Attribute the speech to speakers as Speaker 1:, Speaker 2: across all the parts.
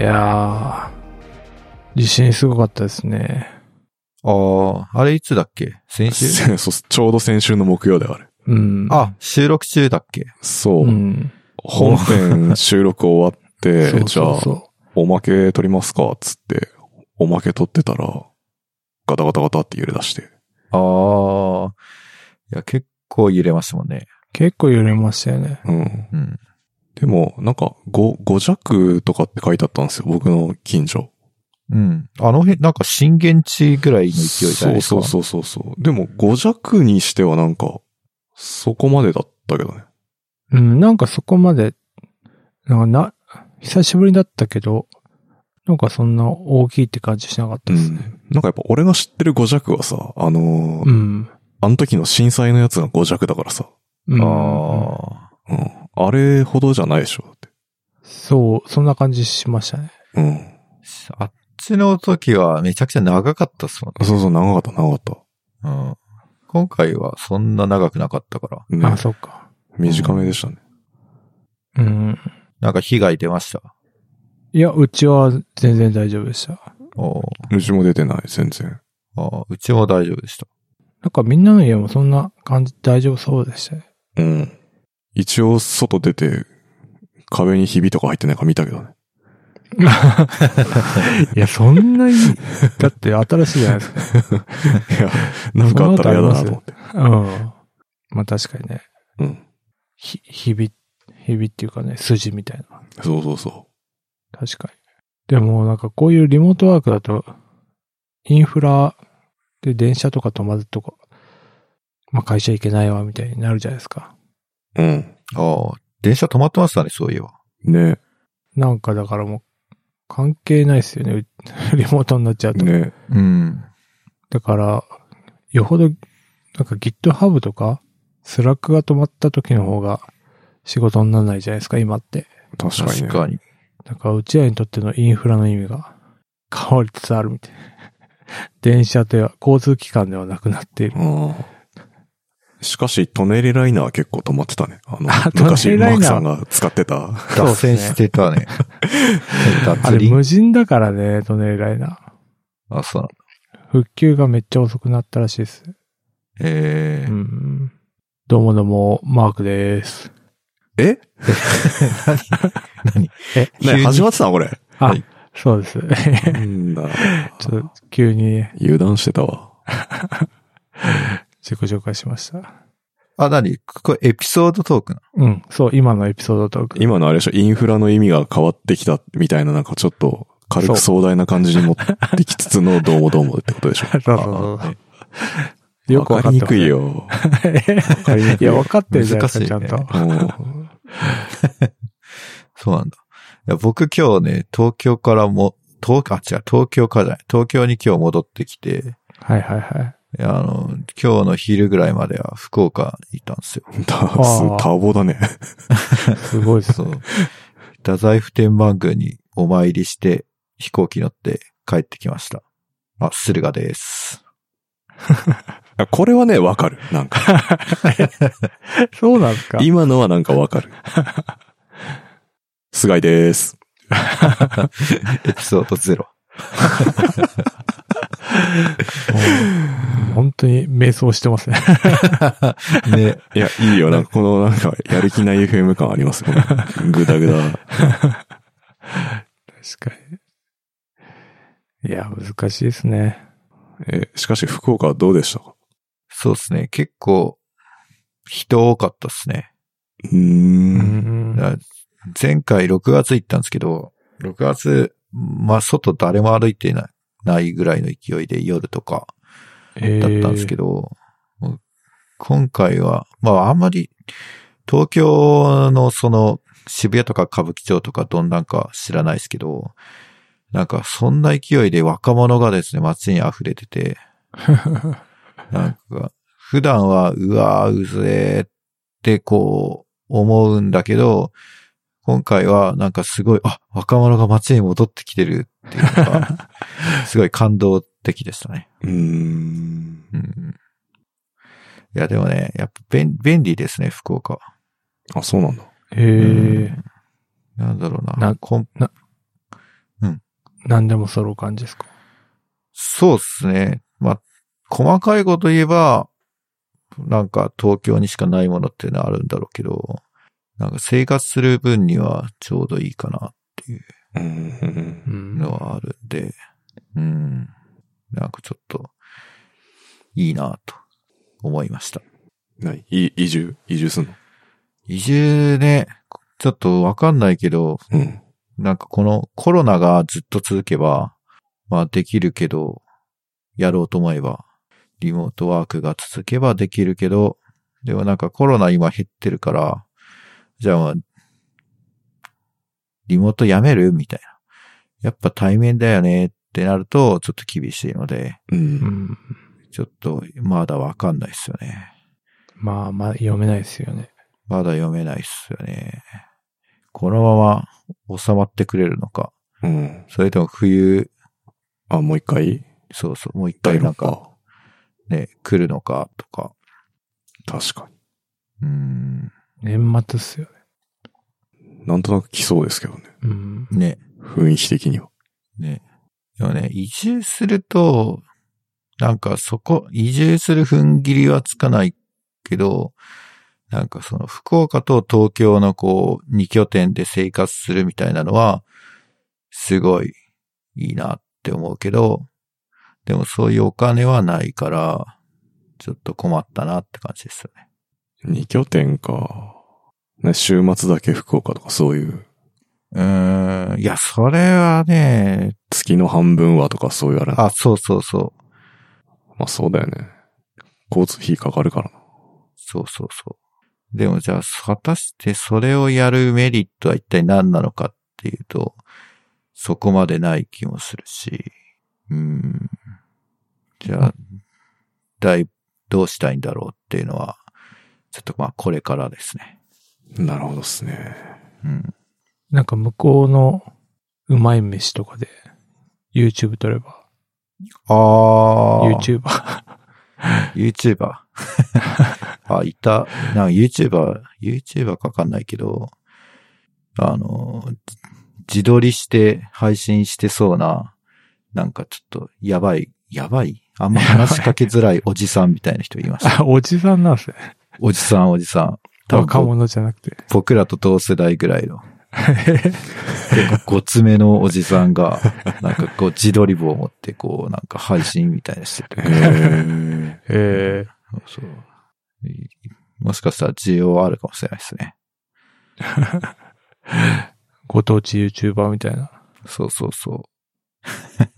Speaker 1: いやー、地震すごかったですね。
Speaker 2: ああ、あれいつだっけ先週
Speaker 3: そうちょうど先週の木曜だよ、あれ。
Speaker 1: うん。、
Speaker 2: あ、収録中だっけ
Speaker 3: そう。
Speaker 1: うん。
Speaker 3: 本編収録終わっ て、
Speaker 1: そう
Speaker 3: じ
Speaker 1: そ
Speaker 3: ゃ
Speaker 1: う
Speaker 3: あ、
Speaker 1: そ
Speaker 3: おまけ取りますか、つって、おまけ取ってたら、ガタガタガタって揺れ出して。
Speaker 2: ああ。いや、結構揺れましたもんね。
Speaker 1: う。結構揺れましたよね。
Speaker 3: うん。
Speaker 2: うん。
Speaker 3: でも、なんか、5、5弱とかって書いてあったんですよ、僕の近所。
Speaker 2: うん。あの辺、なんか震源地ぐらいの勢いじゃないですか。
Speaker 3: そうそうそうそうそう。でも、5弱にしてはなんか、そこまでだったけどね。
Speaker 1: うん、なんかそこまで、なんかな、久しぶりだったけど、なんかそんな大きいって感じしなかったですね。
Speaker 3: なんかやっぱ俺が知ってる5弱はさ、あのー
Speaker 1: うん。
Speaker 3: あの時の震災のやつが5弱だからさ、
Speaker 1: うん、
Speaker 2: ああ。
Speaker 3: うん。あれほどじゃないでしょ、だって。
Speaker 1: そう、そんな感じしましたね。
Speaker 3: うん。
Speaker 2: あっちの時はめちゃくちゃ長かったっすもんね。
Speaker 3: そうそう、長かった、長かった。
Speaker 2: うん。今回はそんな長くなかったから。
Speaker 3: ね
Speaker 1: あ、そっか。
Speaker 3: 短めでしたね。
Speaker 1: うん。
Speaker 2: なんか被害出ました。
Speaker 1: いや、うちは全然大丈夫でした。
Speaker 2: おー
Speaker 3: うちも出てない、全然。
Speaker 2: あーうちも大丈夫でした。
Speaker 1: なんかみんなの家もそんな感じ、大丈夫そうでしたね。
Speaker 3: うん。一応、外出て、壁にひびとか入ってないか見たけどね。
Speaker 1: いや、そんなに、だって新しいじゃないですか。
Speaker 3: いや、なんかあったら嫌だなと思って。
Speaker 1: うん。まあ確かにね。
Speaker 3: うん。
Speaker 1: ひ、ひび、ひびっていうかね、筋みたいな。
Speaker 3: そうそうそ
Speaker 1: 確かに。でもなんかこういうリモートワークだと、インフラで電車とか止まるとか、まあ会社行けないわ、みたいになるじゃないですか。
Speaker 3: う。うん。
Speaker 2: ああ、電車止まってましたね、そういえば。
Speaker 3: ね、
Speaker 1: なんかだからもう、関係ないですよね。う リモートになっちゃうと。
Speaker 3: ね。
Speaker 2: うん。
Speaker 1: だから、よほど、なんか GitHub とか、スラックが止まった時の方が仕事にならないじゃないですか、今って。
Speaker 3: 確かに、
Speaker 2: 確
Speaker 3: ね。
Speaker 2: かに。
Speaker 1: だから、うちらにとってのインフラの意味が変わりつつあるみたいな。 電車では、交通機関ではなくなっている。
Speaker 3: うん。しかし、トネリライナーは結構止まってたね。あの、
Speaker 1: あト
Speaker 3: 昔、
Speaker 1: ネリ
Speaker 3: マ
Speaker 1: ライナー
Speaker 3: ークさんが使ってた。
Speaker 2: 脱線してたね。
Speaker 1: あ
Speaker 2: 脱
Speaker 1: れ、
Speaker 2: 輪。
Speaker 1: 無人だからね、トネリライナ
Speaker 2: あ、そうなんだ。
Speaker 1: ー。復旧がめっちゃ遅くなったらしいです。
Speaker 2: え
Speaker 1: う
Speaker 2: ー
Speaker 1: ん。どうもどうも、マークです。
Speaker 3: え
Speaker 2: 何
Speaker 1: え
Speaker 2: 急
Speaker 3: ね、
Speaker 2: に
Speaker 3: 始まってたの これ。
Speaker 1: あ、
Speaker 2: はい
Speaker 1: そうです。
Speaker 3: うんだ。
Speaker 1: ちょっと、急に
Speaker 3: 油断してたわ。
Speaker 1: 自己紹介しました。
Speaker 2: あ、何これエピソードトークな
Speaker 1: うん、そう、今のエピソードトーク。
Speaker 3: 今のあれでしょ、インフラの意味が変わってきたみたいな、なんかちょっと軽く壮大な感じに持ってきつつの、どうもどうもってことでしょ。
Speaker 1: そうそうそうそう。 よくわ
Speaker 3: わ
Speaker 1: か
Speaker 3: か
Speaker 1: っ
Speaker 3: り
Speaker 1: て
Speaker 3: に
Speaker 1: ます
Speaker 3: く
Speaker 1: ね
Speaker 3: い。よ。
Speaker 1: わかりにくい。いや、わかってるじゃないですか、ちゃ
Speaker 2: 難しい
Speaker 1: ん
Speaker 2: ね
Speaker 1: と。
Speaker 3: うん
Speaker 2: そうなんだ。いや僕今日ね、東京からも、東あ、違う、東京からじゃない。東京に今日戻ってきて、
Speaker 1: はいはいはい。
Speaker 2: いやあの、今日の昼ぐらいまでは福岡にいたんですよ。
Speaker 3: た
Speaker 1: あー
Speaker 3: 多忙だね。
Speaker 1: すごいです
Speaker 2: そ
Speaker 1: ね。
Speaker 2: う。太宰府天満宮にお参りして、飛行機乗って帰ってきました。あ、駿河です。
Speaker 3: これはね、わかる。なんか、
Speaker 1: そうなんですか。
Speaker 3: 今のはなんかわかる。菅井です。
Speaker 2: エピソードゼロ。
Speaker 1: うん本当に迷走してますね。
Speaker 2: ね。
Speaker 3: いや、いいよ。なんか、このなんか、やる気ない FM 感ありますよ。ぐだぐだ。
Speaker 1: 確かに。いや、難しいですね。
Speaker 3: え、しかし、福岡はどうでしたか
Speaker 2: そうですね。結構、人多かったですね。
Speaker 3: うー。
Speaker 1: うんん。
Speaker 2: だ前回6月行ったんですけど、6月、まあ、外誰も歩いてないないぐらいの勢いで夜とかだったんですけ
Speaker 1: ど。
Speaker 2: ど、もう今回は、まあ、あんまり、東京のその渋谷とか歌舞伎町とかどんなんか知らないですけど、なんかそんな勢いで若者がですね、街に溢れてて、なんか、普段は、うわー、うぜーってこう、思うんだけど、今回はなんかすごい、あ、若者が街に戻ってきてるっていうのが、すごい感動的でしたね。
Speaker 3: うーん。
Speaker 2: うん。いや、でもね、やっぱ便便利ですね、福岡は。
Speaker 3: あ、そうなんだ。
Speaker 1: へえ
Speaker 2: うん。なんだろうな。
Speaker 1: な
Speaker 2: コン
Speaker 1: な何でも揃う感じですか
Speaker 2: そうですね。まあ、細かいこと言えば、なんか東京にしかないものっていうのはあるんだろうけど、なんか生活する分にはちょうどいいかなっていう
Speaker 3: うん
Speaker 1: う。
Speaker 2: の
Speaker 1: ん。
Speaker 2: はあるんで、うん。なんかちょっと、いいなと思いました。
Speaker 3: ないい移住移住すんの
Speaker 2: 移住ね、ちょっとわかんないけど、
Speaker 3: うん。
Speaker 2: なんかこのコロナがずっと続けば、まあできるけど、やろうと思えば、リモートワークが続けばできるけど、でもなんかコロナ今減ってるから、じゃあまあ、リモートやめるみたいな。やっぱ対面だよねってなると、ちょっと厳しいので、
Speaker 3: う。
Speaker 1: うんん。
Speaker 2: ちょっとまだわかんないっすよね。
Speaker 1: まあまあ読めないですよね。
Speaker 2: まだ読めないっすよね。このまま収まってくれるのか、
Speaker 3: うん。
Speaker 2: それとも冬、
Speaker 3: あ、もう一回
Speaker 2: そうそう、もう一
Speaker 3: 第
Speaker 2: 回なん
Speaker 3: 6
Speaker 2: か
Speaker 3: 波。
Speaker 2: ね、来るのかとか。
Speaker 3: 確か
Speaker 2: うーん。
Speaker 1: 年末っすよね。
Speaker 3: に。なんとなく来そうですけどね。
Speaker 1: うん。
Speaker 2: ね、
Speaker 3: 雰囲気的には。
Speaker 2: ね。でもね、移住すると、なんかそこ、移住する踏ん切りはつかないけど、なんかその福岡と東京のこう、二拠点で生活するみたいなのは、すごいいいなって思うけど、でもそういうお金はないから、ちょっと困ったなって感じですよね。
Speaker 3: 二拠点か。ね、週末だけ福岡とかそういう、
Speaker 2: うーん。いや、それはね、
Speaker 3: 月の半分はとかそういうあれ。
Speaker 2: あ、そうそうそう。
Speaker 3: まあそうだよね。交通費かかるからな。
Speaker 2: そうそうそう。でもじゃあ、果たしてそれをやるメリットは一体何なのかっていうと、そこまでない気もするし、うーん。じゃあ、だい、どうしたいんだろうっていうのは、ちょっとまあこれからですね。
Speaker 3: なるほどっすね。
Speaker 2: うん。
Speaker 1: なんか向こうのうまい飯とかで YouTube 撮れば、
Speaker 2: ああ
Speaker 1: YouTuber。
Speaker 2: YouTuber。あ、いた。なんか YouTuber、YouTuber かわかんないけど、あの、じ自撮りして配信してそうな、なんかちょっとやばい、やばいあんま話しかけづらいおじさんみたいな人い ました。
Speaker 1: あ、おじさんなんですね。
Speaker 2: おじさん、おじさん。多
Speaker 1: 若
Speaker 2: 分
Speaker 1: 者じゃなくて。
Speaker 2: 僕らと同世代ぐらい の。結構ごつめのおじさんが、なんかこう自撮り棒を持ってこうなんか配信みたいなして
Speaker 3: へ
Speaker 2: る。
Speaker 1: え
Speaker 3: え。
Speaker 2: そう。いもしかしたら需要はあるかもしれないですね。
Speaker 1: ご当地 YouTuber みたいな。
Speaker 2: そうそうそう。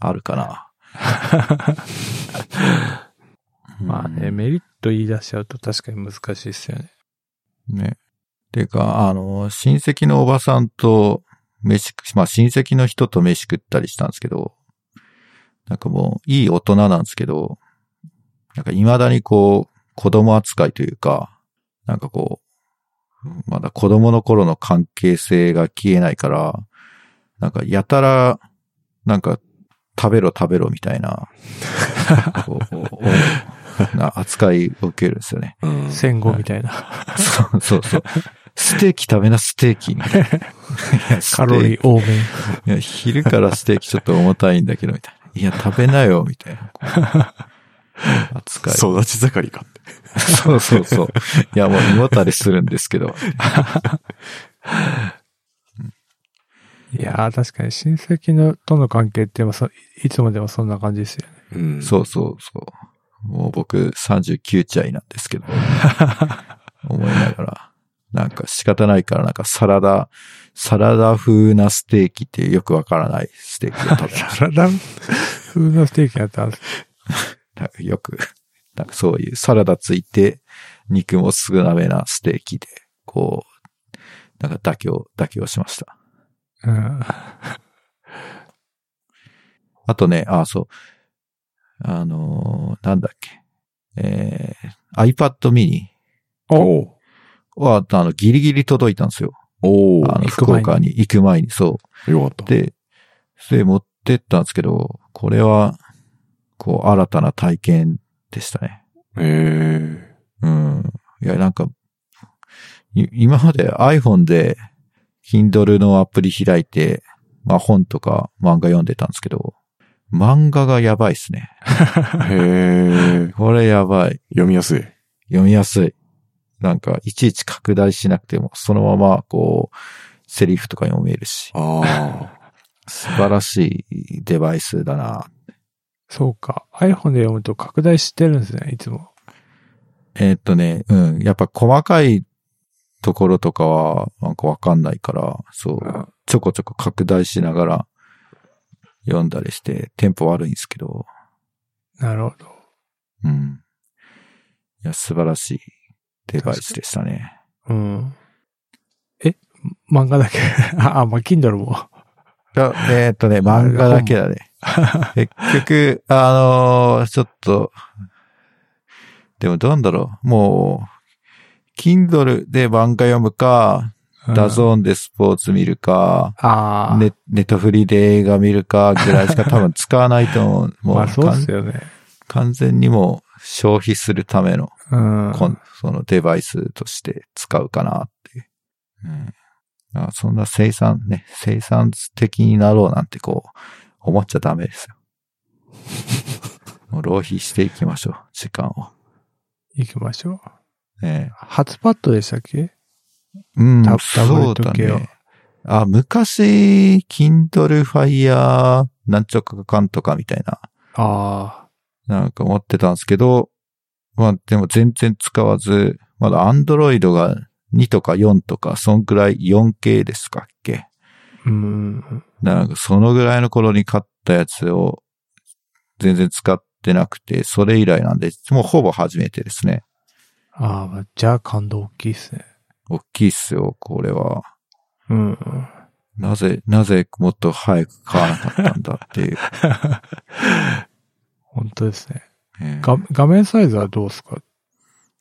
Speaker 2: あるかな。
Speaker 1: まあね、
Speaker 2: うん。
Speaker 1: メリット言い出しちゃうと確かに難しいですよね。
Speaker 2: ね。てか、あの、親戚のおばさんと飯食、まあ親戚の人と飯食ったりしたんですけど、なんかもういい大人なんですけど、なんか未だにこう、子供扱いというか、なんかこう、まだ子供の頃の関係性が消えないから、なんかやたら、なんか食べろ食べろみたいな、こうお な扱いを受けるんですよね。
Speaker 3: うん。
Speaker 1: 戦後みたいな。
Speaker 2: そうそうそう。ステーキ食べな、ステーキ。みたいな
Speaker 1: カロリー多め。
Speaker 2: いや、昼からステーキちょっと重たいんだけど、みたいな。いや、食べなよ、みたいな。こう扱い。そう
Speaker 3: 育ち盛りかって。
Speaker 2: そうそうそう。いや、もう胃もたれするんですけど。
Speaker 1: いやー、確かに親戚のとの関係ってまあそいつもでもそんな感じですよ ね。
Speaker 3: うん。
Speaker 2: そうそうそう。もう僕39歳なんですけど、思いながら。なんか仕方ないから、なんかサラダ、サラダ風なステーキっていうよくわからないステーキを食べました
Speaker 1: サラダ風のステーキやったんです。
Speaker 2: なんかよく、 なんかそういうサラダついて、肉も少なめなステーキで、こう、なんか妥協、妥協しました。
Speaker 1: うん。
Speaker 2: あとね、あ、そう。あのーなんだっけ。えー、iPad mini
Speaker 3: おう
Speaker 2: は、あの、ギリギリ届いたんですよ。
Speaker 3: おう
Speaker 2: あの、
Speaker 1: 行く
Speaker 2: 福
Speaker 1: 前に
Speaker 2: 岡に行く前に、そう。
Speaker 3: よかった。
Speaker 2: で、で、持ってったんですけど、これは、こう、新たな体験でしたね。
Speaker 3: へえ。
Speaker 2: うん。いや、なんか、い今まで iPhone で Kindle のアプリ開いて、まあ本とか漫画読んでたんですけど、漫画がやばいっすね。
Speaker 3: へえ。
Speaker 2: これやばい。
Speaker 3: 読みやすい。
Speaker 2: 読みやすい。なんか、いちいち拡大しなくても、そのまま、こう、セリフとか読めるし、
Speaker 3: ああ。
Speaker 2: 素晴らしいデバイスだな。
Speaker 1: そうか。iPhone で読むと拡大してるんですね、いつも。
Speaker 2: えーっとね、うん、やっぱ細かいところとかは、なんかわかんないから、そう、ちょこちょこ拡大しながら読んだりして、テンポ悪いんですけど、
Speaker 1: なるほど。
Speaker 2: うん。いや、素晴らしいデバイスでしたね。
Speaker 1: うん。え漫画だけ あ、あまあ、Kindle も。
Speaker 2: いやえーっとね、漫画だけだね。 結局、あのーちょっと、でもどうなんだろう。もう、Kindle で漫画読むか、ダ
Speaker 1: うん。
Speaker 2: ゾーンでスポーツ見るか、
Speaker 1: ああ。
Speaker 2: ネネットフリで映画見るかぐらいしか多分使わないと 思う。もう
Speaker 1: まあそう
Speaker 2: か
Speaker 1: で
Speaker 2: ん
Speaker 1: すよね。
Speaker 2: 完全にもう消費するための、
Speaker 1: うん。
Speaker 2: こんそのデバイスとして使うかなっていう。うん、あそんな生産ね、生産的になろうなんてこう、思っちゃダメです よ。もう浪費していきましょう、時間を。
Speaker 1: 行きましょう。
Speaker 2: え
Speaker 1: 初パッドでしたっけ
Speaker 2: えうん
Speaker 1: タ、ダブ
Speaker 2: そ
Speaker 1: ル
Speaker 2: うだ
Speaker 1: 時計を
Speaker 2: ね。あ、昔、Kindle Fire なんちゃかかんとかみたいな
Speaker 1: あ
Speaker 2: なんか持ってたんですけど、まあでも全然使わず、まだアンドロイドが2とか4とか、そんくらい 4K ですかっけ
Speaker 1: あ。うん。
Speaker 2: なんかそのぐらいの頃に買ったやつを全然使ってなくて、それ以来なんで、もうほぼ初めてですね。
Speaker 1: ああ、まあじゃあ感動大きいですね。
Speaker 2: 大きいっすよ、これは。
Speaker 1: うん。
Speaker 2: なぜ、なぜもっと早く買わなかったんだっていう。
Speaker 1: 本当ですね。
Speaker 2: えー
Speaker 1: が画面サイズはどうですか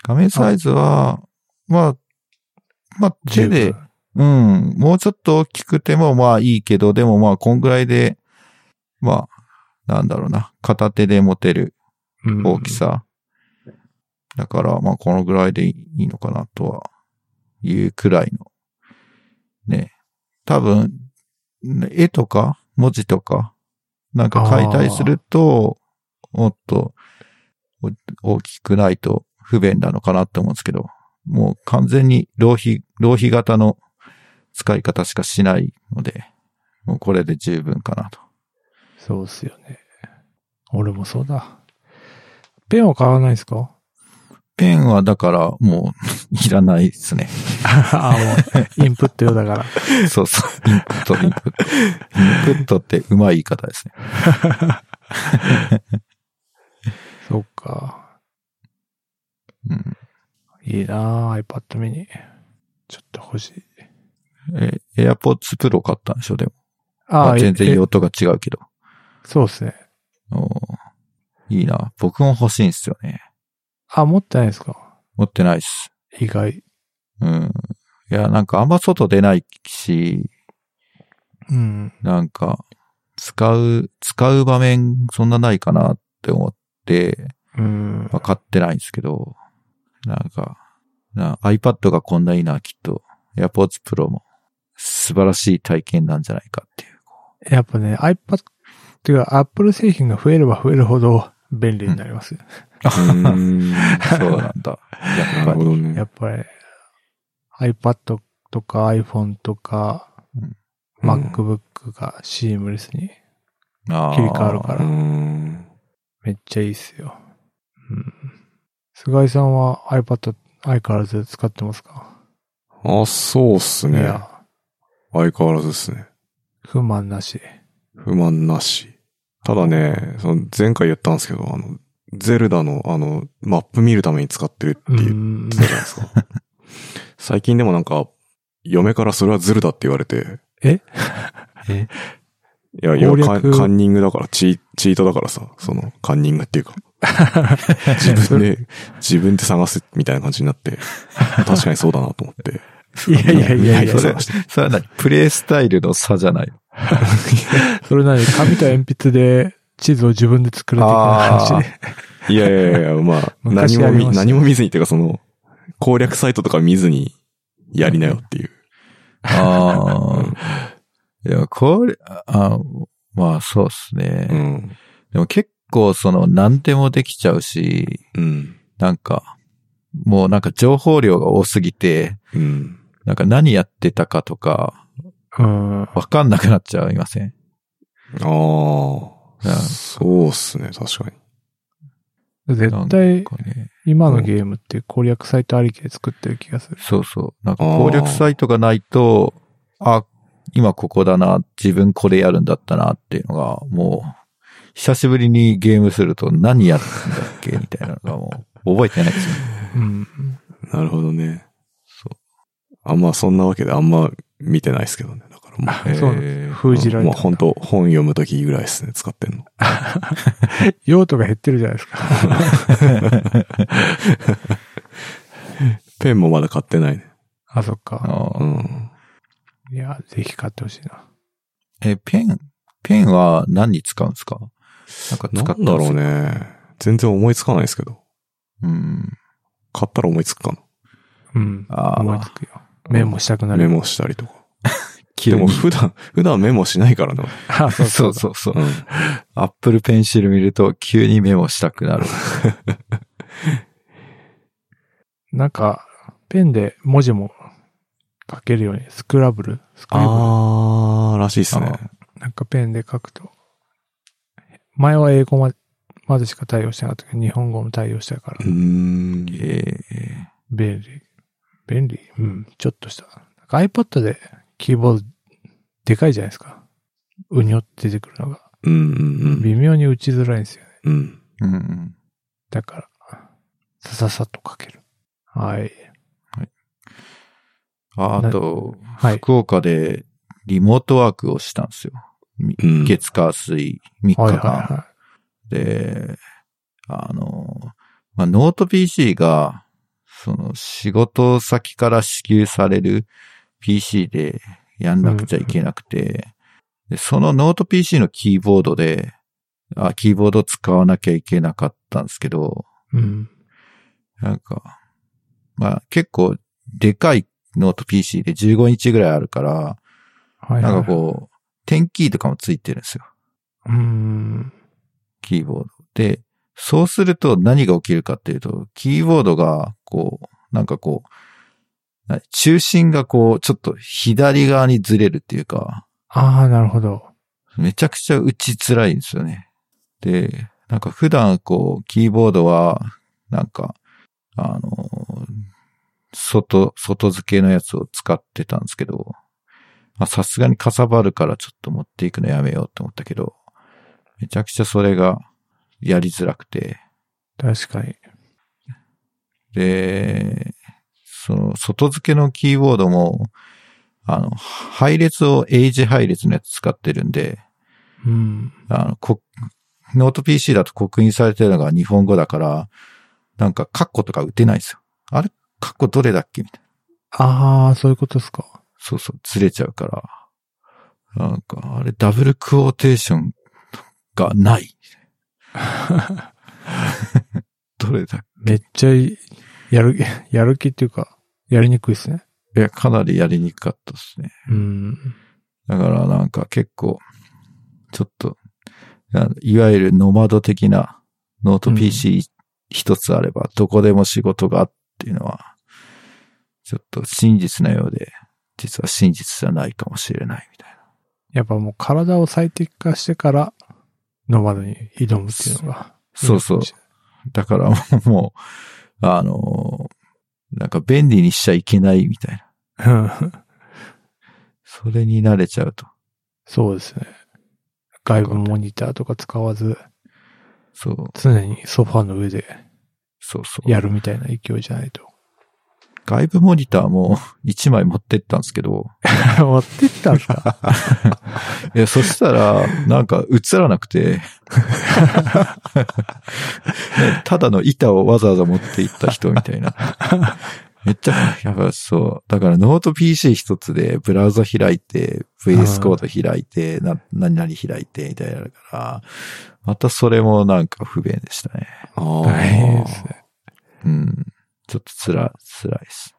Speaker 2: 画面サイズは、まあ、まあ手で、
Speaker 1: 十分
Speaker 2: うん。もうちょっと大きくてもまあいいけど、でもまあこんぐらいで、まあ、なんだろうな。片手で持てる
Speaker 1: うん
Speaker 2: 大きさ。だからまあこのぐらいでいいのかなとは、いうくらいの。ね。多分、絵とか文字とか、なんか解体すると、もっとお大きくないと不便なのかなって思うんですけど、もう完全に浪費、浪費型の使い方しかしないので、もうこれで十分かなと。
Speaker 1: そうっすよね。俺もそうだ。ペンは買わないですか
Speaker 2: ペンはだからもう いらないですね。
Speaker 1: ああ、も う、インプット用だから。
Speaker 2: そうそう。インプット、インプット。インプットってうまい言い方ですね。
Speaker 1: そっか。
Speaker 2: うん
Speaker 1: いいなあ iPad mini。ちょっと欲しい。
Speaker 2: え、AirPods Pro 買ったんでしょ、でも。ま
Speaker 1: あ
Speaker 2: あ全然
Speaker 1: え
Speaker 2: 用途が違うけど。
Speaker 1: そうですね。
Speaker 2: おーいいな。僕も欲しいんですよね。
Speaker 1: あ、持ってないですか
Speaker 2: 持ってないっす。
Speaker 1: 意外。
Speaker 2: うん。いや、なんかあんま外出ないし、
Speaker 1: うん。
Speaker 2: なんか、使う、使う場面そんなないかなって思って、
Speaker 1: うん
Speaker 2: ま。あ、買ってないんですけど、なんか、な iPad がこんないいな、きっと、AirPods Pro も素晴らしい体験なんじゃないかっていう。
Speaker 1: やっぱね、iPad っていうか Apple 製品が増えれば増えるほど便利になります。
Speaker 3: うーん。
Speaker 2: そうなんだ。やっぱ
Speaker 3: なるほ
Speaker 2: り。
Speaker 3: どね
Speaker 1: や。っぱり iPad とか iPhone とか
Speaker 2: うん、
Speaker 1: MacBook がシームレスに
Speaker 2: あー
Speaker 1: 切り替わるか
Speaker 3: うー
Speaker 1: ら、
Speaker 3: ん。
Speaker 1: めっちゃいいっすよ。うん。菅井さんは iPad 相変わらず使ってますか
Speaker 3: あ、そうっす
Speaker 1: い
Speaker 3: ね。
Speaker 1: や、
Speaker 3: 相変わらずっすね。
Speaker 1: 不満なし。
Speaker 3: 不満なし。ただね、その前回言ったんですけど、あの、ゼルダのあの、マップ見るために使ってるって
Speaker 1: う
Speaker 3: 言っ
Speaker 1: ん
Speaker 3: て。たじゃないですか。 最近でもなんか、嫁からそれはゼルダって言われて。
Speaker 1: え
Speaker 2: え
Speaker 3: いや、いや
Speaker 1: 攻略
Speaker 3: カンカンニングだから、チー、チートだからさ、その、カンニングってい うか。自分で、自分で探すみたいな感じになって、確かにそうだなと思って。
Speaker 1: いやいやいやい
Speaker 2: いや
Speaker 1: や、
Speaker 2: そ
Speaker 1: そ
Speaker 2: れ
Speaker 1: れ、
Speaker 2: それは何プレイスタイルの差じゃ ない
Speaker 1: それ何紙と鉛筆で地図を自分で作る的な話
Speaker 2: あ。
Speaker 3: いやいやいや、まあ、何
Speaker 1: 昔
Speaker 3: も
Speaker 1: やり
Speaker 3: 見、
Speaker 1: ました
Speaker 3: 何も見ずにっていうか、その、攻略サイトとか見ずにやりなよっていう。
Speaker 2: ああ。でもこれ、あ、まあそうですね。
Speaker 3: うん。
Speaker 2: でも結構その何でもできちゃうし、
Speaker 3: うん。
Speaker 2: なんか、もうなんか情報量が多すぎて、
Speaker 3: うん。
Speaker 2: なんか何やってたかとか、
Speaker 1: うん。
Speaker 2: わかんなくなっちゃいません
Speaker 3: あ
Speaker 2: うん
Speaker 3: あ。そうっすね、確かに。
Speaker 1: 絶
Speaker 2: なん
Speaker 1: 対、
Speaker 2: かね。
Speaker 1: 今のゲームって攻略サイトありきで作ってる気がする。
Speaker 2: そうそう。なんか攻略サイトがないと、あ、今ここだな、自分これやるんだったなっていうのが、もう、久しぶりにゲームすると何やったんだっけみたいなのがもう、覚えてないですよね。
Speaker 1: うん。
Speaker 3: なるほどね。
Speaker 2: そ
Speaker 3: あんまそんなわけであんま見てないですけどね。だからもう。
Speaker 2: う。
Speaker 1: そうなん
Speaker 2: えー
Speaker 1: 封じられ
Speaker 3: まあ
Speaker 1: た。
Speaker 3: 本当本読むときぐらいですね、使ってんの。
Speaker 1: 用途が減ってるじゃないですか。
Speaker 3: ペンもまだ買ってないね。
Speaker 1: あ、そっか。
Speaker 2: あ
Speaker 3: う
Speaker 2: ー
Speaker 3: ん。
Speaker 1: いや、ぜひ買ってほしいな。
Speaker 2: え、ペン、ペンは何に使うんですかなんか使
Speaker 3: な
Speaker 2: っ
Speaker 3: ん
Speaker 2: た
Speaker 3: だ
Speaker 2: んです
Speaker 3: ろう。ね。全然思いつかないですけど。
Speaker 2: うん。
Speaker 3: 買ったら思いつくか
Speaker 1: うん。
Speaker 2: あ
Speaker 1: 思い
Speaker 2: あ
Speaker 1: つ、くよ。メモしたくな
Speaker 3: な。
Speaker 1: る。
Speaker 3: メモしたりとか。
Speaker 2: 急
Speaker 3: で
Speaker 2: に
Speaker 3: も普段、普段メモしないからな。
Speaker 1: あ、そう
Speaker 2: そ
Speaker 1: そうう
Speaker 2: そうそう。
Speaker 3: うん。
Speaker 2: アップルペンシル見ると急にメモしたくなる。
Speaker 1: なんか、ペンで文字も書けるように、スクラブル、スクリブ
Speaker 3: あー、らしいっすね。
Speaker 1: ル。なんかペンで書くと。前は英語までまでしか対応してなかったけど、日本語も対応したから
Speaker 3: うー、ん。
Speaker 2: ええ
Speaker 1: 便利。便利うん、ちょっとした。なんか iPad でキーボード、でかいじゃないですか。うにょって出てくるのが。
Speaker 3: うんうん
Speaker 1: 微妙に打ちづらいんですよね。
Speaker 3: うん。う
Speaker 2: う
Speaker 3: ん。
Speaker 2: んうん。
Speaker 1: だから、さささっと書ける。はい。
Speaker 2: ああと、
Speaker 1: はい。
Speaker 2: 福岡でリモートワークをしたんですよ。
Speaker 3: うん。
Speaker 2: 月火水3日間。
Speaker 1: はいはいは
Speaker 2: で、あの、まあ、ノート PC が、その仕事先から支給される PC でやんなくちゃいけなくて、でそのノート PC のキーボードで、あ、キーボード使わなきゃいけなかったんですけど、
Speaker 1: い。うん。
Speaker 2: なんか、まあ結構でかいノート PC で15インチぐらいあるから、
Speaker 1: はいはい。
Speaker 2: なんかこう、点キーとかもついてるんですよ。
Speaker 1: うーん。
Speaker 2: キーボード。で、そうすると何が起きるかっていうと、キーボードが、こう、なんかこう、な中心がこう、ちょっと左側にずれるっていうか、
Speaker 1: ああ、なるほど。
Speaker 2: めちゃくちゃ打ちづらいんですよね。で、なんか普段こう、キーボードは、なんか、あのー、外、外付けのやつを使ってたんですけど、まあさすがにかさばるからちょっと持っていくのやめようって思ったけど、めちゃくちゃそれがやりづらくて、
Speaker 1: 確かに。
Speaker 2: で、その、外付けのキーボードも、あの、配列を A 字配列のやつ使ってるんで、
Speaker 1: うん。
Speaker 2: あの、こノート PC だと刻印されてるのが日本語だから、なんかカッコとか打てないんですよ。あれカッコどれだっけみたいな。
Speaker 1: ああ、そういうことですか。
Speaker 2: そうそう、ずれちゃうから。なんか、あれダブルクォーテーションがない。 どれだっ
Speaker 1: めっちゃい、やる、 やる気っていうか、やりにくいですね。
Speaker 2: けいや、かなりやりにくかったですね。
Speaker 1: うん。
Speaker 2: だからなんか結構、ちょっと、あいわゆるノマド的なノート
Speaker 1: うん
Speaker 2: PC 一つあれば、どこでも仕事がっていうのは、ちょっと真実なようで、実は真実じゃないかもしれないみたい
Speaker 1: やっぱもう体を最適化してから、ノマドに挑むっていうのが。
Speaker 2: な。そうそう。だからもう、あのーなんか便利にしちゃいけないみたいな。
Speaker 1: うん。
Speaker 2: それに慣れちゃうと。
Speaker 1: そうですね。外部モニターとか使わず、
Speaker 2: そう、
Speaker 1: 常にソファーの上で
Speaker 2: そうそう。
Speaker 1: やるみたいな勢いじゃない と。
Speaker 2: 外部モニターも1枚持ってったんですけど、
Speaker 1: 持ってったんですか
Speaker 2: いや、そしたら、なんか映らなくて、 ねただの板をわざわざ持って行った人みたいな。めっちゃ、やばいそう。だからノート PC 一つで、ブラウザ開いて、VS コード開いて、な、何々開いて、みたいなのあるから、またそれもなんか不便でしたね。
Speaker 3: あ
Speaker 1: 大変です
Speaker 3: あ。
Speaker 1: ね。
Speaker 2: うん。ちょっと辛い、辛いです。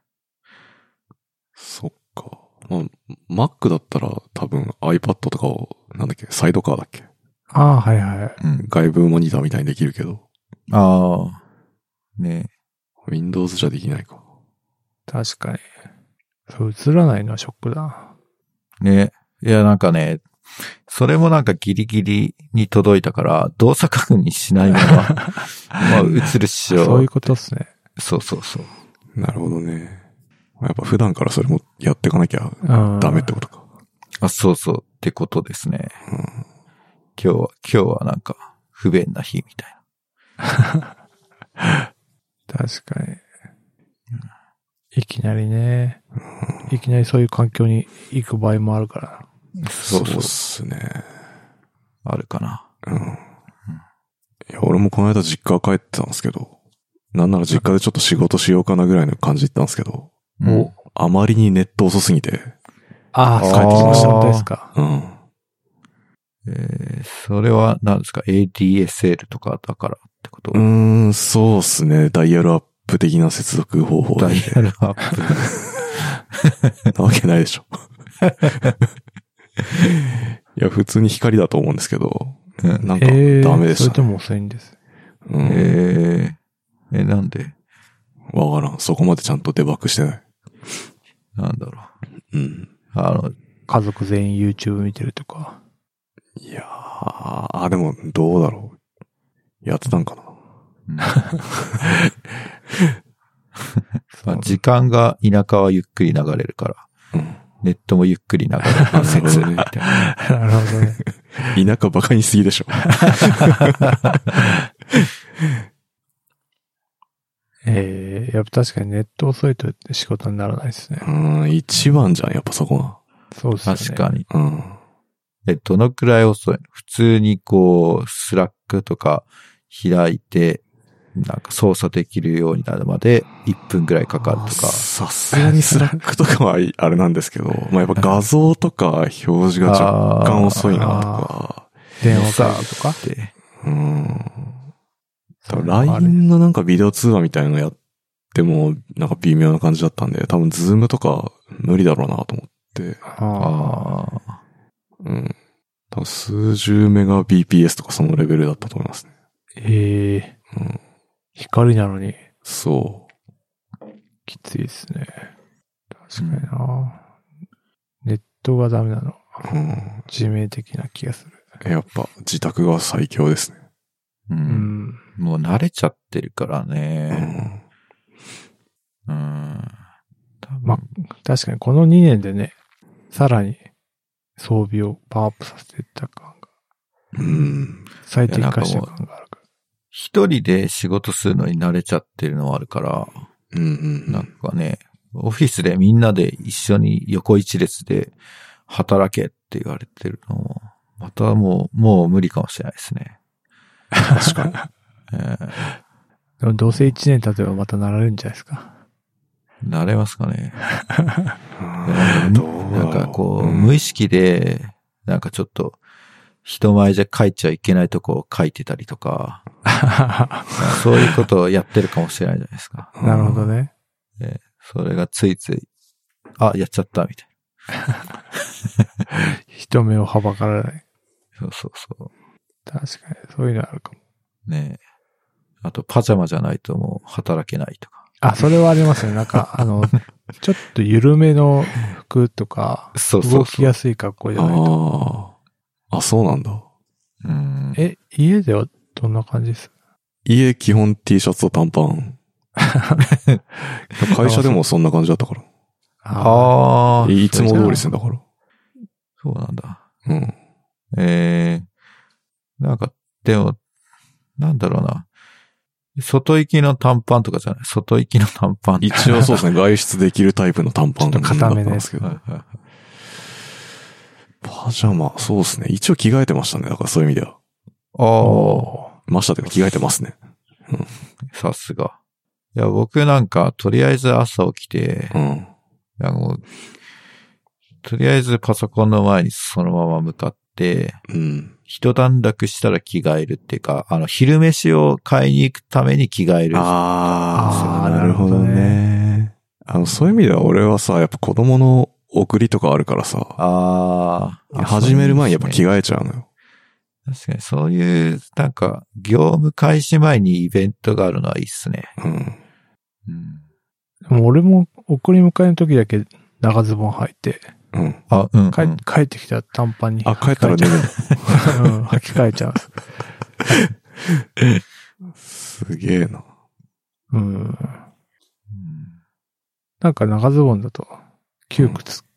Speaker 3: そっか。まあ、Mac だったら多分 iPad とかを、なんだっけ、サイドカーだっけ
Speaker 1: ああ、はいはい。
Speaker 2: うん。
Speaker 3: 外部モニターみたいにできるけど、
Speaker 2: ああ。ね
Speaker 3: Windows じゃできないか。
Speaker 1: 確かに。そう、映らないのはショックだな。
Speaker 2: ねいや、なんかね、それもなんかギリギリに届いたから、動作確認しないま ま、まあ、映るっしょ。
Speaker 1: そういうことっすね。
Speaker 2: そうそうそう。
Speaker 3: なるほどね。まあやっぱ普段からそれもやっていかなきゃ
Speaker 1: うん
Speaker 3: ダメってことか。
Speaker 2: あ、そうそう。ってことですね。
Speaker 3: うん
Speaker 2: 今日は、今日はなんか、不便な日みたい
Speaker 1: 確かに。いきなりね、いきなりそういう環境に行く場合もあるから
Speaker 2: な。
Speaker 3: そうっすね。
Speaker 2: あるかな。
Speaker 3: うん。いや、俺もこの間実家帰ってたんですけど、なんなら実家でちょっと仕事しようかなぐらいの感じで行ったんですけど、
Speaker 1: な。
Speaker 2: うん。
Speaker 3: あまりにネット遅すぎて、
Speaker 1: ああ、
Speaker 2: あー
Speaker 1: 帰ってきました。本当ですか。
Speaker 3: うん。
Speaker 2: えーそれは何ですか ?ADSL とかだからってこと、
Speaker 3: うーん、そうっすね。ダイヤルアップ的な接続方法
Speaker 2: ダ
Speaker 3: で
Speaker 2: イ。ヤルアップ。
Speaker 3: なわけないでしょ。 いや、普通に光だと思うんですけど、
Speaker 2: うん
Speaker 3: なんか
Speaker 1: ええ
Speaker 3: ダメで
Speaker 1: それ
Speaker 3: した
Speaker 1: と
Speaker 3: ね。
Speaker 1: も遅いんです。
Speaker 3: うん
Speaker 2: えー、え、なんで
Speaker 3: わからん。そこまでちゃんとデバッグしてない。
Speaker 2: なんだろう。
Speaker 3: うん。
Speaker 2: あの、
Speaker 1: 家族全員 YouTube 見てるとか。
Speaker 3: いやー、あ、でも、どうだろう。やってたんかな。
Speaker 2: うんまあ時間が田舎はゆっくり流れるから、
Speaker 3: うん。
Speaker 2: ネットもゆっくり流れる説みたいな。
Speaker 1: なるほどね。
Speaker 3: 田舎バカにしすぎでしょ。
Speaker 1: ええやっぱ確かにネット遅いと仕事にならないですね。
Speaker 3: うん、一番じゃん、やっぱそこは。
Speaker 1: そうですね。
Speaker 2: 確かに。
Speaker 3: うん。
Speaker 2: え、どのくらい遅いの普通にこう、スラックとか開いて、なんか操作できるようになるまで1分くらいかかるとか。
Speaker 3: さすがにスラックとかは あれなんですけど、まあやっぱ画像とか表示が若干遅いなとか、
Speaker 1: 電話会議とか。
Speaker 2: って。
Speaker 3: うん。多分
Speaker 1: あれ
Speaker 3: LINE のなんかビデオ通話みたいなのやっても、なんか微妙な感じだったんで、多分ズームとか無理だろうなと思って、
Speaker 1: あ
Speaker 2: ああ。
Speaker 3: うん。多分数十メガ BPS とかそのレベルだったと思いますね。
Speaker 1: ーええ
Speaker 3: うん。
Speaker 1: 光なのに
Speaker 3: そ
Speaker 1: きついですね。確かにな、ネットがダメなの。
Speaker 3: う。うん。
Speaker 1: 致命的な気がする。
Speaker 3: やっぱ自宅が最強ですね。
Speaker 2: う。
Speaker 1: うんん。
Speaker 2: もう慣れちゃってるから
Speaker 3: う
Speaker 2: ね。
Speaker 3: ん。
Speaker 2: うん。多分
Speaker 1: ま確かにこの2年でね、さらに装備をパワーアップさせていった感が、
Speaker 3: うん。
Speaker 1: 最適化した感があるか
Speaker 2: 一人で仕事するのに慣れちゃってるのはあるから、
Speaker 3: うんうん。
Speaker 2: なんかね、オフィスでみんなで一緒に横一列で働けって言われてるのも、またもう、もう無理かもしれないですね。
Speaker 3: 確かに。
Speaker 2: えー
Speaker 1: ら。でもどうせ1年経てばまたなられるんじゃないですか。
Speaker 2: 慣れますかね。
Speaker 3: うん どうだ
Speaker 2: な
Speaker 3: ろ
Speaker 2: んかこう、
Speaker 3: ん
Speaker 2: 無意識で、なんかちょっと、人前じゃ書いちゃいけないとこを書いてたりとか、 そういうことをやってるかもしれないじゃないですか。
Speaker 1: なるほどね。
Speaker 2: それがついつい、あ、やっちゃった、みたい
Speaker 1: 人目をはばからない。
Speaker 2: な。そうそうそう。
Speaker 1: 確かに、そういうのあるかも。
Speaker 2: ねえ。あと、パジャマじゃないともう働けないとか。
Speaker 1: あ、それはありますね。なんか、あ の、ちょっと緩めの服とか、
Speaker 2: そうそ
Speaker 1: 動
Speaker 2: う
Speaker 1: き
Speaker 2: そう。
Speaker 1: やすい格好じゃないと。
Speaker 3: ああ。あ、そうなんだ。
Speaker 2: うん、
Speaker 1: え、家ではどんな感じです
Speaker 3: 家基本 T シャツと短パ ン。会社でもそんな感じだったから。
Speaker 1: あ
Speaker 2: ああ、
Speaker 3: いつも通りですね、だから。
Speaker 2: そうなんだ。
Speaker 3: うん。
Speaker 2: ええなんか、でも、なんだろうな。外行きの短パンとかじゃない外行きの短パン。
Speaker 3: 一応そ うですね、外出できるタイプの短パン
Speaker 1: ちょっと硬め
Speaker 3: だったん
Speaker 1: のや
Speaker 3: で
Speaker 1: つ
Speaker 3: すけど。
Speaker 2: はいはい
Speaker 3: パジャマ、そうですね。一応着替えてましたね。だからそういう意味では。
Speaker 2: ああ、
Speaker 1: ー
Speaker 3: ましたというか着替えてますね。
Speaker 2: さすが。いや、僕なんか、とりあえず朝起きて、
Speaker 3: うん。
Speaker 2: いやもうとりあえずパソコンの前にそのまま向かって、
Speaker 3: うん。
Speaker 2: 一段落したら着替えるっていうか、あの、昼飯を買いに行くために着替える。
Speaker 3: あ
Speaker 1: あー
Speaker 3: あ、なるほどね。あの、そういう意味では俺はさ、やっぱ子供の送りとかあるからさ、
Speaker 2: あーあ。
Speaker 3: 始める前にやっぱ着
Speaker 2: が。
Speaker 3: 替えちゃうのよ。
Speaker 2: 確かに、そういう、なんか、業務開始前にイベントがあるのはいいっすね。
Speaker 3: うん。
Speaker 2: うん。
Speaker 1: でも俺も送り迎えの時だけ長ズボン履いて、
Speaker 3: うん。
Speaker 2: あ、うん、うん。
Speaker 1: 帰帰ってきたら短パンに。
Speaker 3: あ、帰ったら
Speaker 1: ね
Speaker 3: 脱ぐの。
Speaker 1: うん履き替えちゃう。
Speaker 3: すげえな。
Speaker 1: うん。なんか長ズボンだと、窮屈。
Speaker 2: うん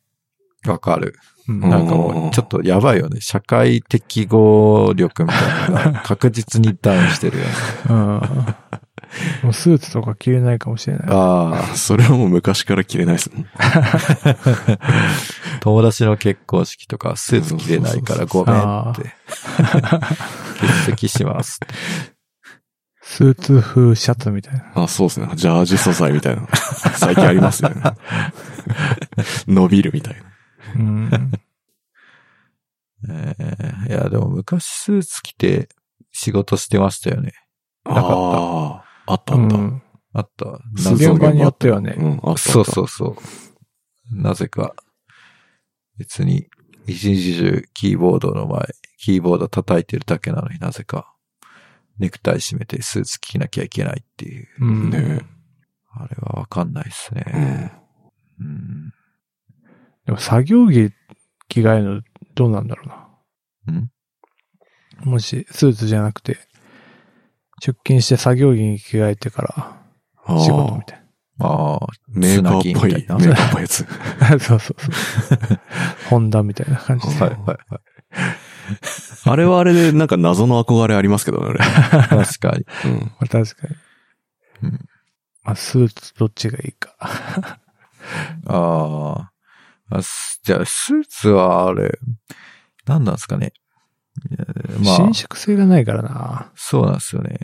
Speaker 2: わかる。
Speaker 1: うん
Speaker 3: うん
Speaker 2: なんかもう、ちょっとやばいよね。社会適合力みたいなの が確実にダウンしてるよね。
Speaker 1: うんもうスーツとか着れないかもしれない。
Speaker 2: あ
Speaker 3: それはもう昔から着れないですもん。
Speaker 2: あ、友達の結婚式とかスーツ着れないからごめんって。欠席しますって。
Speaker 1: スーツ風シャツみたいな。
Speaker 3: あ、そうですね。ジャージ素材みたい な。最近ありますよ ね。伸びるみたいな。
Speaker 1: うん。
Speaker 2: えーいや、でも昔スーツ着て仕事してましたよね。なかった
Speaker 3: ああ、あった
Speaker 1: う
Speaker 3: あった。
Speaker 1: ん。
Speaker 2: あった。
Speaker 3: スーツ
Speaker 2: 謎
Speaker 1: 現
Speaker 2: の
Speaker 1: 場によってはね。
Speaker 3: うん、あった。
Speaker 2: そう
Speaker 3: う。
Speaker 2: そうそう。なぜか、別に一日中キーボードの前、キーボード叩いてるだけなのになぜか、ネクタイ締めてスーツ着なきゃいけないっていう。
Speaker 1: うん。
Speaker 3: ね
Speaker 2: あれはわかんないです
Speaker 3: う
Speaker 2: ね。
Speaker 3: ん。
Speaker 2: うん。
Speaker 1: でも作業着着替えるのどうなんだろうな。
Speaker 2: ん
Speaker 1: もしスーツじゃなくて、出勤して作業着に着替えてから
Speaker 3: あ
Speaker 1: 仕事み
Speaker 3: あ、
Speaker 1: たい
Speaker 2: まあ、
Speaker 3: メーカーっぽ
Speaker 2: つな
Speaker 3: い、
Speaker 2: ぎみ
Speaker 3: メー
Speaker 2: た
Speaker 3: カ
Speaker 2: いな
Speaker 3: ーっぽいやつ。
Speaker 1: な。 そうそうそう。ホンダみたいな感じで。
Speaker 2: はいはいは
Speaker 3: あれはあれで、なんか謎の憧れありますけどね、俺。
Speaker 2: い。確かに。
Speaker 3: うん。
Speaker 1: まあ確かに。
Speaker 2: うん
Speaker 1: まあスーツどっちがいいか。
Speaker 2: あーあ。すじゃあ、スーツはあれ、何なんですかね。えーまあ
Speaker 1: 伸、縮性がないからな。
Speaker 2: そうなんですよね。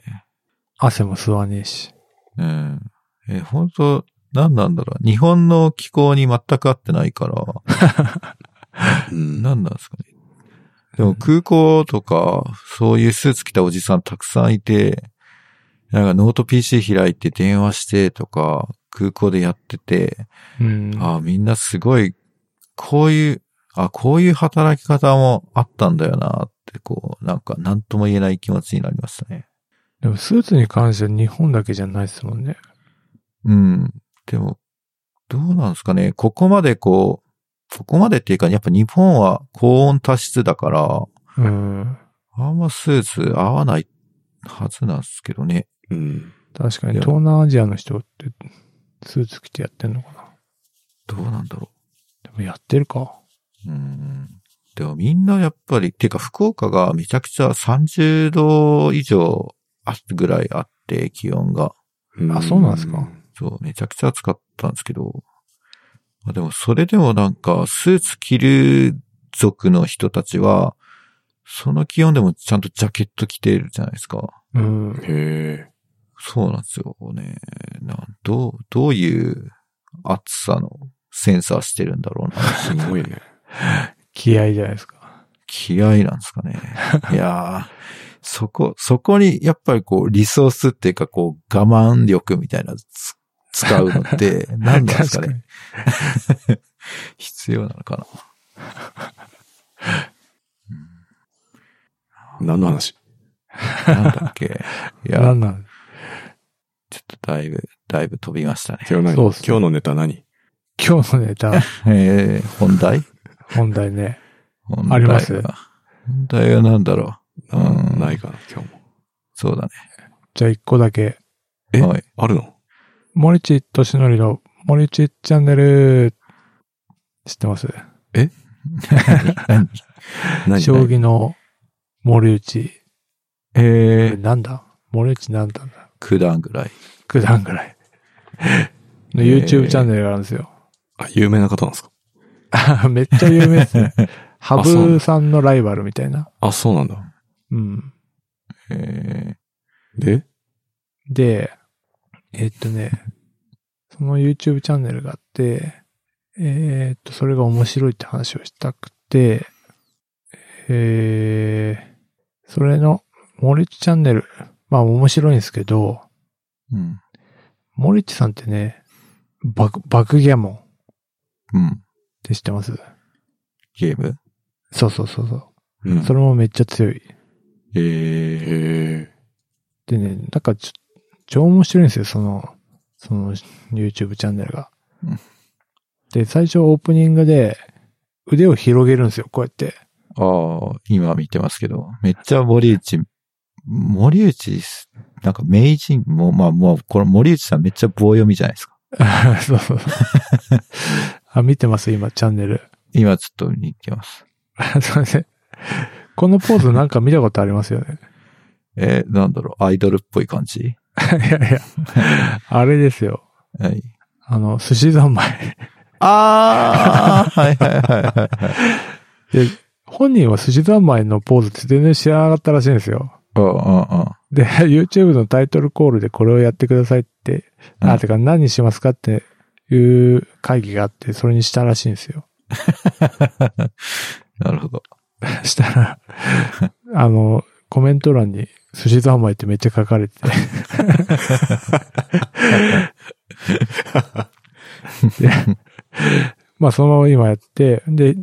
Speaker 1: 汗も吸わねえし。
Speaker 2: うん。え、本当何なんだろう。日本の気候に全く合ってないから、
Speaker 3: うん
Speaker 2: 何なんですかね。でも空港とか、そういうスーツ着たおじさんたくさんいて、なんかノート PC 開いて電話してとか、空港でやってて、
Speaker 1: うん。
Speaker 2: ああ、みんなすごい、こういう、あこういう働き方もあったんだよなって、こう、なんか、なんとも言えない気持ちになりましたね。
Speaker 1: でもスーツに関しては日本だけじゃないですもんね。
Speaker 2: うん。でも、どうなんですかね。ここまでこう、ここまでっていうか、やっぱ日本は高温多湿だから、
Speaker 1: うん。
Speaker 2: あんまスーツ合わないはずなんですけどね。
Speaker 3: うん。
Speaker 1: 確かに
Speaker 2: いや
Speaker 1: 東南アジアの人ってスーツ着てやってんのかな。
Speaker 2: どうなんだろ
Speaker 1: でもやってるか。
Speaker 2: う。うん。でもみんなやっぱり、っていうか福岡がめちゃくちゃ30度以上あぐらいあって、気温が。
Speaker 1: あそうなんですか
Speaker 2: そう、めちゃくちゃ暑かったんですけど、まあ、でもそれでもなんか、スーツ着る族の人たちは、その気温でもちゃんとジャケット着てるじゃないですか。
Speaker 1: うん。
Speaker 3: へえ。
Speaker 2: そうなんですよね。なんどう、どういう暑さのセンサーしてるんだろうな。
Speaker 3: すごいね。
Speaker 1: 気合いじゃないですか。
Speaker 2: 気合なんですかね。いやー、そこ、そこにやっぱりこう、リソースっていうかこう、我慢力みたいなのつ使うのって、何なんですかね。必要なのかな。
Speaker 3: 何の話
Speaker 2: なんだっ け。い
Speaker 1: 確かに。な
Speaker 2: や、
Speaker 1: んなん
Speaker 2: ちょっとだいぶ、だいぶ飛びましたね。
Speaker 3: 今日何
Speaker 1: そう
Speaker 3: 今
Speaker 1: っす
Speaker 3: 日
Speaker 1: ね
Speaker 3: のネタ何
Speaker 1: 今日のネ タ、
Speaker 2: えー、本題
Speaker 1: 本題ね。
Speaker 2: 本題は
Speaker 1: あります
Speaker 2: 本題は何だろう。うん、
Speaker 3: ないかな、今日も。
Speaker 2: そうだね。
Speaker 1: じゃあ一個だけ。
Speaker 3: え
Speaker 2: はい。
Speaker 3: あるの
Speaker 1: 森地としのりの森地チャンネル。知ってます
Speaker 2: 何何
Speaker 1: 将棋の森内。
Speaker 2: え
Speaker 1: え、
Speaker 2: ー、
Speaker 1: なんだ森内なんだんだ
Speaker 2: 九段ぐらい。
Speaker 1: 九段ぐらい。の
Speaker 2: えー
Speaker 1: YouTube チャンネルがあるんですよ。
Speaker 3: あ、有名な方なんですか
Speaker 1: めっちゃ有名です ね。羽
Speaker 3: そうなん
Speaker 1: 生さんのライバルみたいな。
Speaker 3: あ、そうなんだ。
Speaker 1: うん。
Speaker 2: え
Speaker 3: で
Speaker 1: で、えっとね、その YouTube チャンネルがあって、えーっと、それが面白いって話をしたくて、えー、それの森内チャンネル、まあ面白いんですけど、
Speaker 2: ー、うん。
Speaker 1: 森内さんってね、バク、バクギャモン。
Speaker 2: うん。
Speaker 1: て知ってます
Speaker 2: ゲーム
Speaker 1: そうそうそうそう。
Speaker 3: うん
Speaker 1: それもめっちゃ強い。
Speaker 2: えー、
Speaker 3: へ
Speaker 1: でね、なんかちょ、超面白いんですよ、その、その YouTube チャンネルが
Speaker 2: うん。
Speaker 1: で、最初オープニングで腕を広げるんですよ、こうやって。
Speaker 2: ああ、今見てますけど、めっちゃ森内、森内す、なんか名人、もう、まあ、もう、この森内さんめっちゃ棒読みじゃないですか。
Speaker 1: そうそう。 あ、見てます、今、チャンネ ル。
Speaker 2: 今ちょっと見に行きます。
Speaker 1: すいません。このポーズなんか見たことありますよね。
Speaker 2: えー、なんだろう、アイドルっぽい感 じ
Speaker 1: いやいや、あれですよ。
Speaker 2: はい。
Speaker 1: あの、寿司三昧。
Speaker 2: ああ はいはいはいはいはい。
Speaker 1: 本人は寿司三昧のポーズって全然知らなかったらしいんですよ。
Speaker 2: うんうんうん。
Speaker 1: で、YouTube のタイトルコールでこれをやってくださいって、
Speaker 2: うん
Speaker 1: あ、てか何にしますかっていう会議があって、それにしたらしいんですよ。
Speaker 2: なるほど。
Speaker 1: したら、あの、コメント欄に、寿司三昧ってめっちゃ書かれてて。 でまあ、そのまま今やって、で、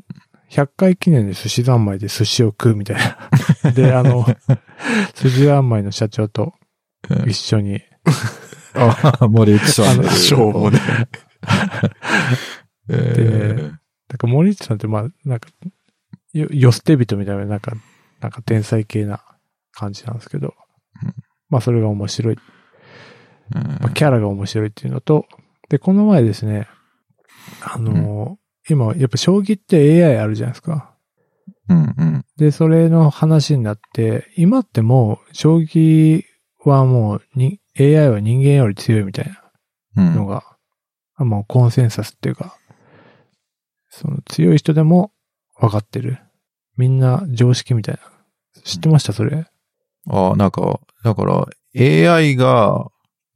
Speaker 1: 100回記念で寿司三昧で寿司を食うみたい な。で、あの、寿司三昧の社長と一緒に、
Speaker 2: あ森内さん。
Speaker 1: あの
Speaker 3: え。しょうもね。
Speaker 2: えー
Speaker 1: なんか森内さんって、まあ、なんか、よ、よ捨て人みたいな、なんか、なんか天才系な感じなんですけど
Speaker 2: うん、
Speaker 1: まあ、それが面白い。
Speaker 2: うん
Speaker 1: まあ、キャラが面白いっていうのと、で、この前ですね、あのー今、やっぱ将棋って AI あるじゃないですか。
Speaker 2: うんうん。
Speaker 1: で、それの話になって、今ってもう、将棋はもうに、AI は人間より強いみたいな。
Speaker 2: うん
Speaker 1: のが、あもうコンセンサスっていうか、その強い人でも分かってる。みんな常識みたいな。知ってましたそれ。
Speaker 2: ああ、なんか、だから、AI が、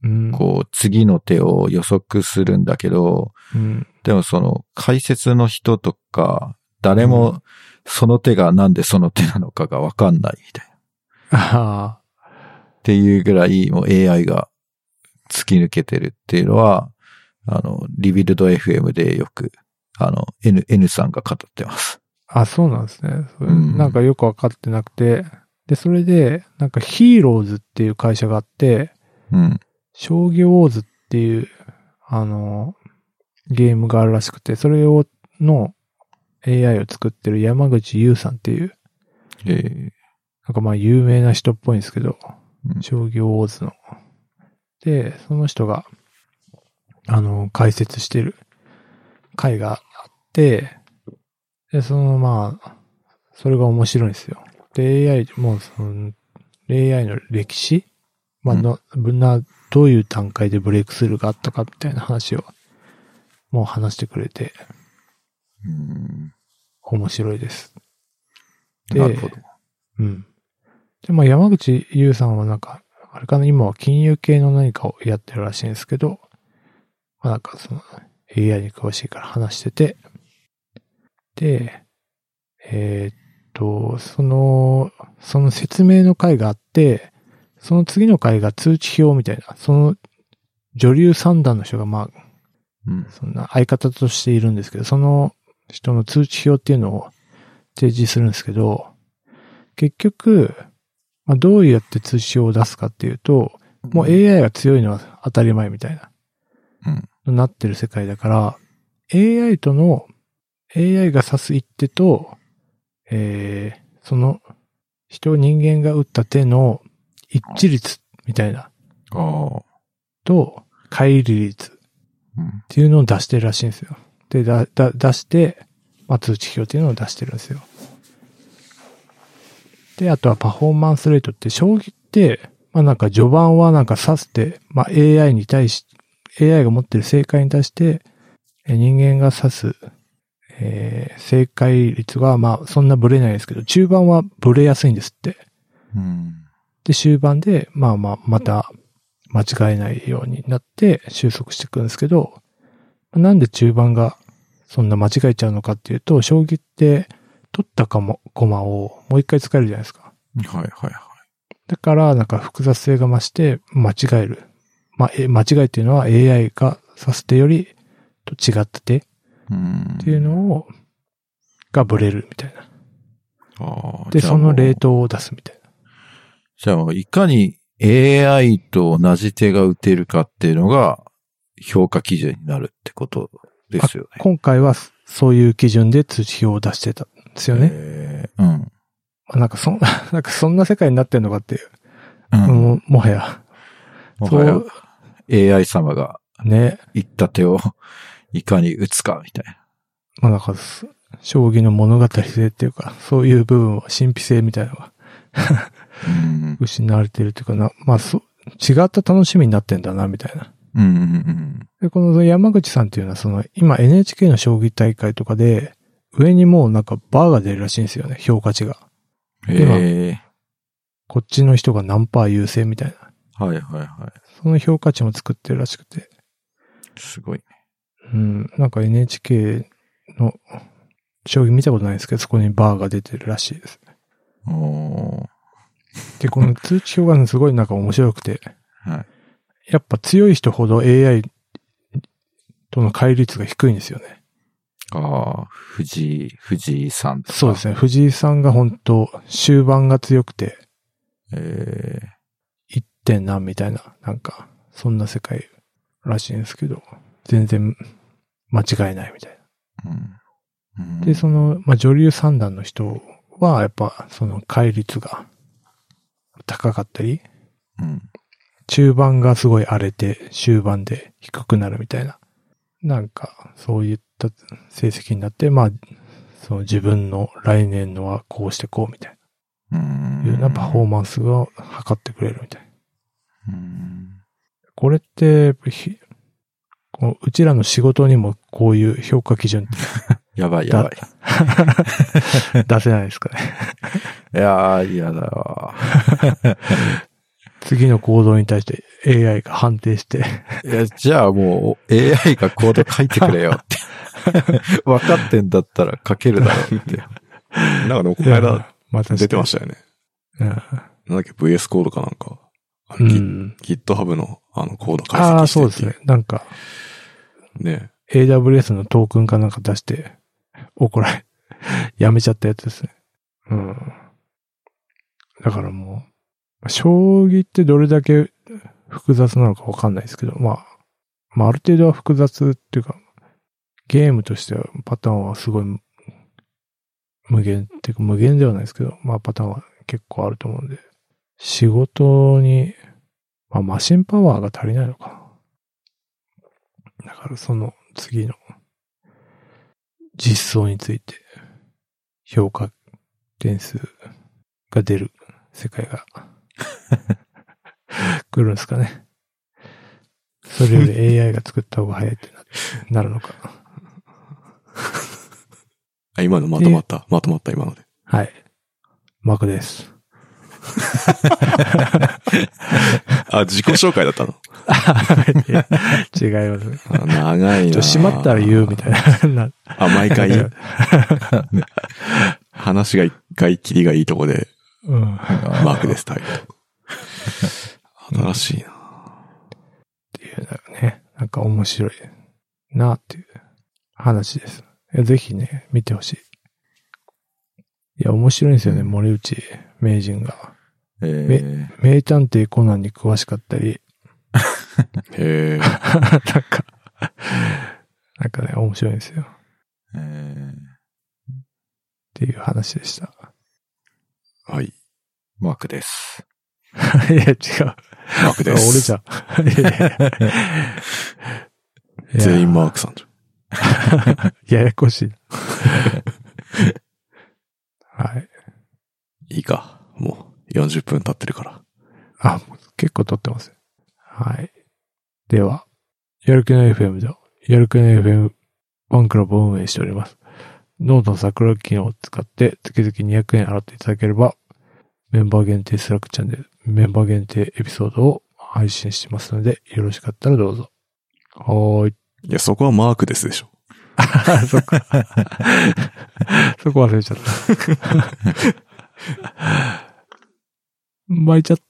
Speaker 1: うん。
Speaker 2: こう、次の手を予測するんだけど、
Speaker 1: うん。
Speaker 2: でもその、解説の人とか、誰も、その手がなんでその手なのかがわかんないみたいな。
Speaker 1: あ
Speaker 2: っていうぐらい、もう AI が突き抜けてるっていうのは、あの、リビルド FM でよく、あの、N、N さんが語ってます。
Speaker 1: あ。あ、そうなんですね。それ
Speaker 2: うん
Speaker 1: なんかよく分かってなくて。で、それで、なんかヒーローズっていう会社があって、
Speaker 2: うん。
Speaker 1: 将棋ウォーズっていう、あの、ゲームがあるらしくて、それを、の AI を作ってる山口優さんっていう
Speaker 2: ええ
Speaker 1: なんかまあ有名な人っぽいんですけど
Speaker 2: う、ん
Speaker 1: 将棋ウォーズの。で、その人が、あの、解説してる回があって、で、そのまあ、それが面白いんですよ。で、AI、もうその、AI の歴史まあ、
Speaker 2: うん
Speaker 1: の、ぶんな、どういう段階でブレイクスルーがあったかみたいな話を、もう話してくれて、
Speaker 2: うん。
Speaker 1: 面白いです。で
Speaker 2: なるほど。
Speaker 1: うん。で、まあ山口優さんはなんか、あれかな、今は金融系の何かをやってるらしいんですけど、まあなんかその AI に詳しいから話してて、で、えーっと、その、その説明の回があって、その次の回が通知表みたいな、その女流三段の人がまあ
Speaker 2: うん。
Speaker 1: そんな相方としているんですけど、その人の通知表っていうのを提示するんですけど、結局、まあ、どうやって通知表を出すかっていうと、もう AI が強いのは当たり前みたいな、なってる世界だから、AI との、AI が指す一手と、えー、その人、人間が打った手の一致率みたいな、
Speaker 2: ああ。
Speaker 1: と、乖離率
Speaker 2: うん。
Speaker 1: っていうのを出してるらしいんですよ。で、だ、だ、出して、まあ、通知表っていうのを出してるんですよ。で、あとはパフォーマンスレートって、将棋って、まあなんか序盤はなんか指して、まあ AI に対し、AI が持ってる正解に対して、え人間が指す、えー正解率はまあそんなブレないですけど、中盤はブレやすいんですって。
Speaker 2: うん。
Speaker 1: で、終盤で、まあまあ、また間違えないようになって収束していくんですけど、なんで中盤がそんな間違えちゃうのかっていうと、将棋って取ったかも、駒をもう一回使えるじゃないですか。
Speaker 2: はいはいはい。
Speaker 1: だから、なんか複雑性が増して間違える。まあ、え間違いっていうのは AI が指す手よりと違ってて、
Speaker 2: うん。
Speaker 1: っていうのを、がブレるみたいな。
Speaker 2: あー
Speaker 1: で、
Speaker 2: じゃあ
Speaker 1: そのレートを出すみたいな。
Speaker 2: じゃあ、いかに AI と同じ手が打てるかっていうのが、評価基準になるってことですよね。
Speaker 1: 今回はそそういう基準で通知表を出してたんですよね。
Speaker 2: えーうん。
Speaker 1: あなんかそん な、なんかそんな世界になってんのかっていう。
Speaker 2: うん。
Speaker 1: もうもはや。
Speaker 2: もはや AI 様が
Speaker 1: ね。
Speaker 2: 言った手をいかに打つかみたいな。
Speaker 1: まあなんかす、将棋の物語性っていうか、そういう部分は神秘性みたいなのが
Speaker 2: うん。
Speaker 1: 失われてるというかな、まあそう、違った楽しみになってんだな、みたいな。
Speaker 2: うんうん
Speaker 1: で、この山口さんっていうのは、その、今 NHK の将棋大会とかで、上にもうなんかバーが出るらしいんですよね、評価値が。
Speaker 2: うん。
Speaker 1: では
Speaker 2: ええ
Speaker 1: こっちの人が何パー優勢みたいな。
Speaker 2: はいはいは
Speaker 1: その評価値も作ってるらしくて。
Speaker 2: い。すごい。
Speaker 1: うん、なんか NHK の将棋見たことないですけど、そこにバーが出てるらしいです。
Speaker 2: おー
Speaker 1: で、こ の通知表がね、すごいなんか面白くて、
Speaker 2: はい。
Speaker 1: やっぱ強い人ほど AI との乖離率が低いんですよね。
Speaker 2: ああ、藤井、藤井さんとか。
Speaker 1: そうですね。藤井さんが本当終盤が強くて、
Speaker 2: ええ
Speaker 1: 1点何みたいな、なんか、そんな世界らしいんですけど、全然間違えないみたい
Speaker 2: うん。うん
Speaker 1: な。で、その、まあ、女流三段の人は、やっぱ、その、乖離率が高かったり、
Speaker 2: うん。
Speaker 1: 中盤がすごい荒れて、終盤で低くなるみたいな。なんか、そういった成績になって、まあ、その自分の来年のはこうしてこうみたい
Speaker 2: うん。
Speaker 1: な、いうようなパフォーマンスを測ってくれるみたいな。
Speaker 2: うん
Speaker 1: これって、ひこううちらの仕事にもこういう評価基準っ
Speaker 2: やばいやばい。
Speaker 1: て 出せないですかね。
Speaker 2: いやー、嫌だ わ。
Speaker 1: 次の行動に対して AI が判定して、
Speaker 2: いや、じゃあもう AI がコード書いてくれよ って。分かってんだったら書けるだろう って。
Speaker 3: なんかでもこの間
Speaker 1: また
Speaker 3: 出てま
Speaker 1: し
Speaker 3: したよね。
Speaker 1: た。
Speaker 3: なんだっけ、VS コードかなんか。あ
Speaker 1: う
Speaker 3: の
Speaker 1: ん。う
Speaker 3: Git-
Speaker 1: ん
Speaker 3: GitHub のあのコード解析して
Speaker 1: ああ、そうで
Speaker 3: って
Speaker 1: すね。なんか、
Speaker 3: いうね。
Speaker 1: AWS のトークンかなんか出して、怒られ、 やめちゃったやつですね。うん。だからもう、将棋ってどれだけ複雑なのかわかんないですけど、まあ、まあある程度は複雑っていうか、ゲームとしてはパターンはすごい無限っていうか無限ではないですけど、まあパターンは結構あると思うんで、仕事に、まあマシンパワーが足りないのかな。だからその次の実装について評価点数が出る世界 が来るんですかね。それより AI が作った方が早いってななるのか。
Speaker 3: あ、今のまとまった。まとまった今ので。
Speaker 1: はい。マークです。
Speaker 3: あ、自己紹介だ ったの。
Speaker 1: いや 違いますね。
Speaker 3: あ長い
Speaker 1: ちょ
Speaker 3: な。
Speaker 1: っと閉まったら言うみたいな。な
Speaker 3: あ、毎回、話が一回きりがいいとこで、
Speaker 1: うん。
Speaker 3: マークです、タイ トル。新しいな。
Speaker 1: っていうのがね、なんか面白いなっていう話です。いやぜひね、見てほしい。いや、面白いんですよね、
Speaker 2: うん
Speaker 1: 森内名人が。
Speaker 2: えー、
Speaker 1: 名探偵コナンに詳しかったり、
Speaker 3: へえ。
Speaker 1: なんか、なんかね、面白いんですよ。っ
Speaker 2: えー、
Speaker 1: ていう話でした。
Speaker 3: はい。
Speaker 2: マークです。
Speaker 1: いや、違う。
Speaker 3: マークです。
Speaker 1: 俺じゃん。いやいやいや
Speaker 3: 全員マークさんじゃん。
Speaker 1: ややこし い。はい。
Speaker 3: いいか。もう40分経ってるから。
Speaker 1: あ、結構撮ってますよ。はい。では、やる気ない FM では、やる気ない FM ファンクラブを運営しております。ノートの桜機能を使って月々200円払っていただければ、メンバー限定スラックチャンネル、メンバー限定エピソードを配信してますので、よろしかったらどうぞ。はーい。
Speaker 3: いや、そこはマークですでしょ。
Speaker 1: そっか。そこ忘れちゃった。巻いちゃった。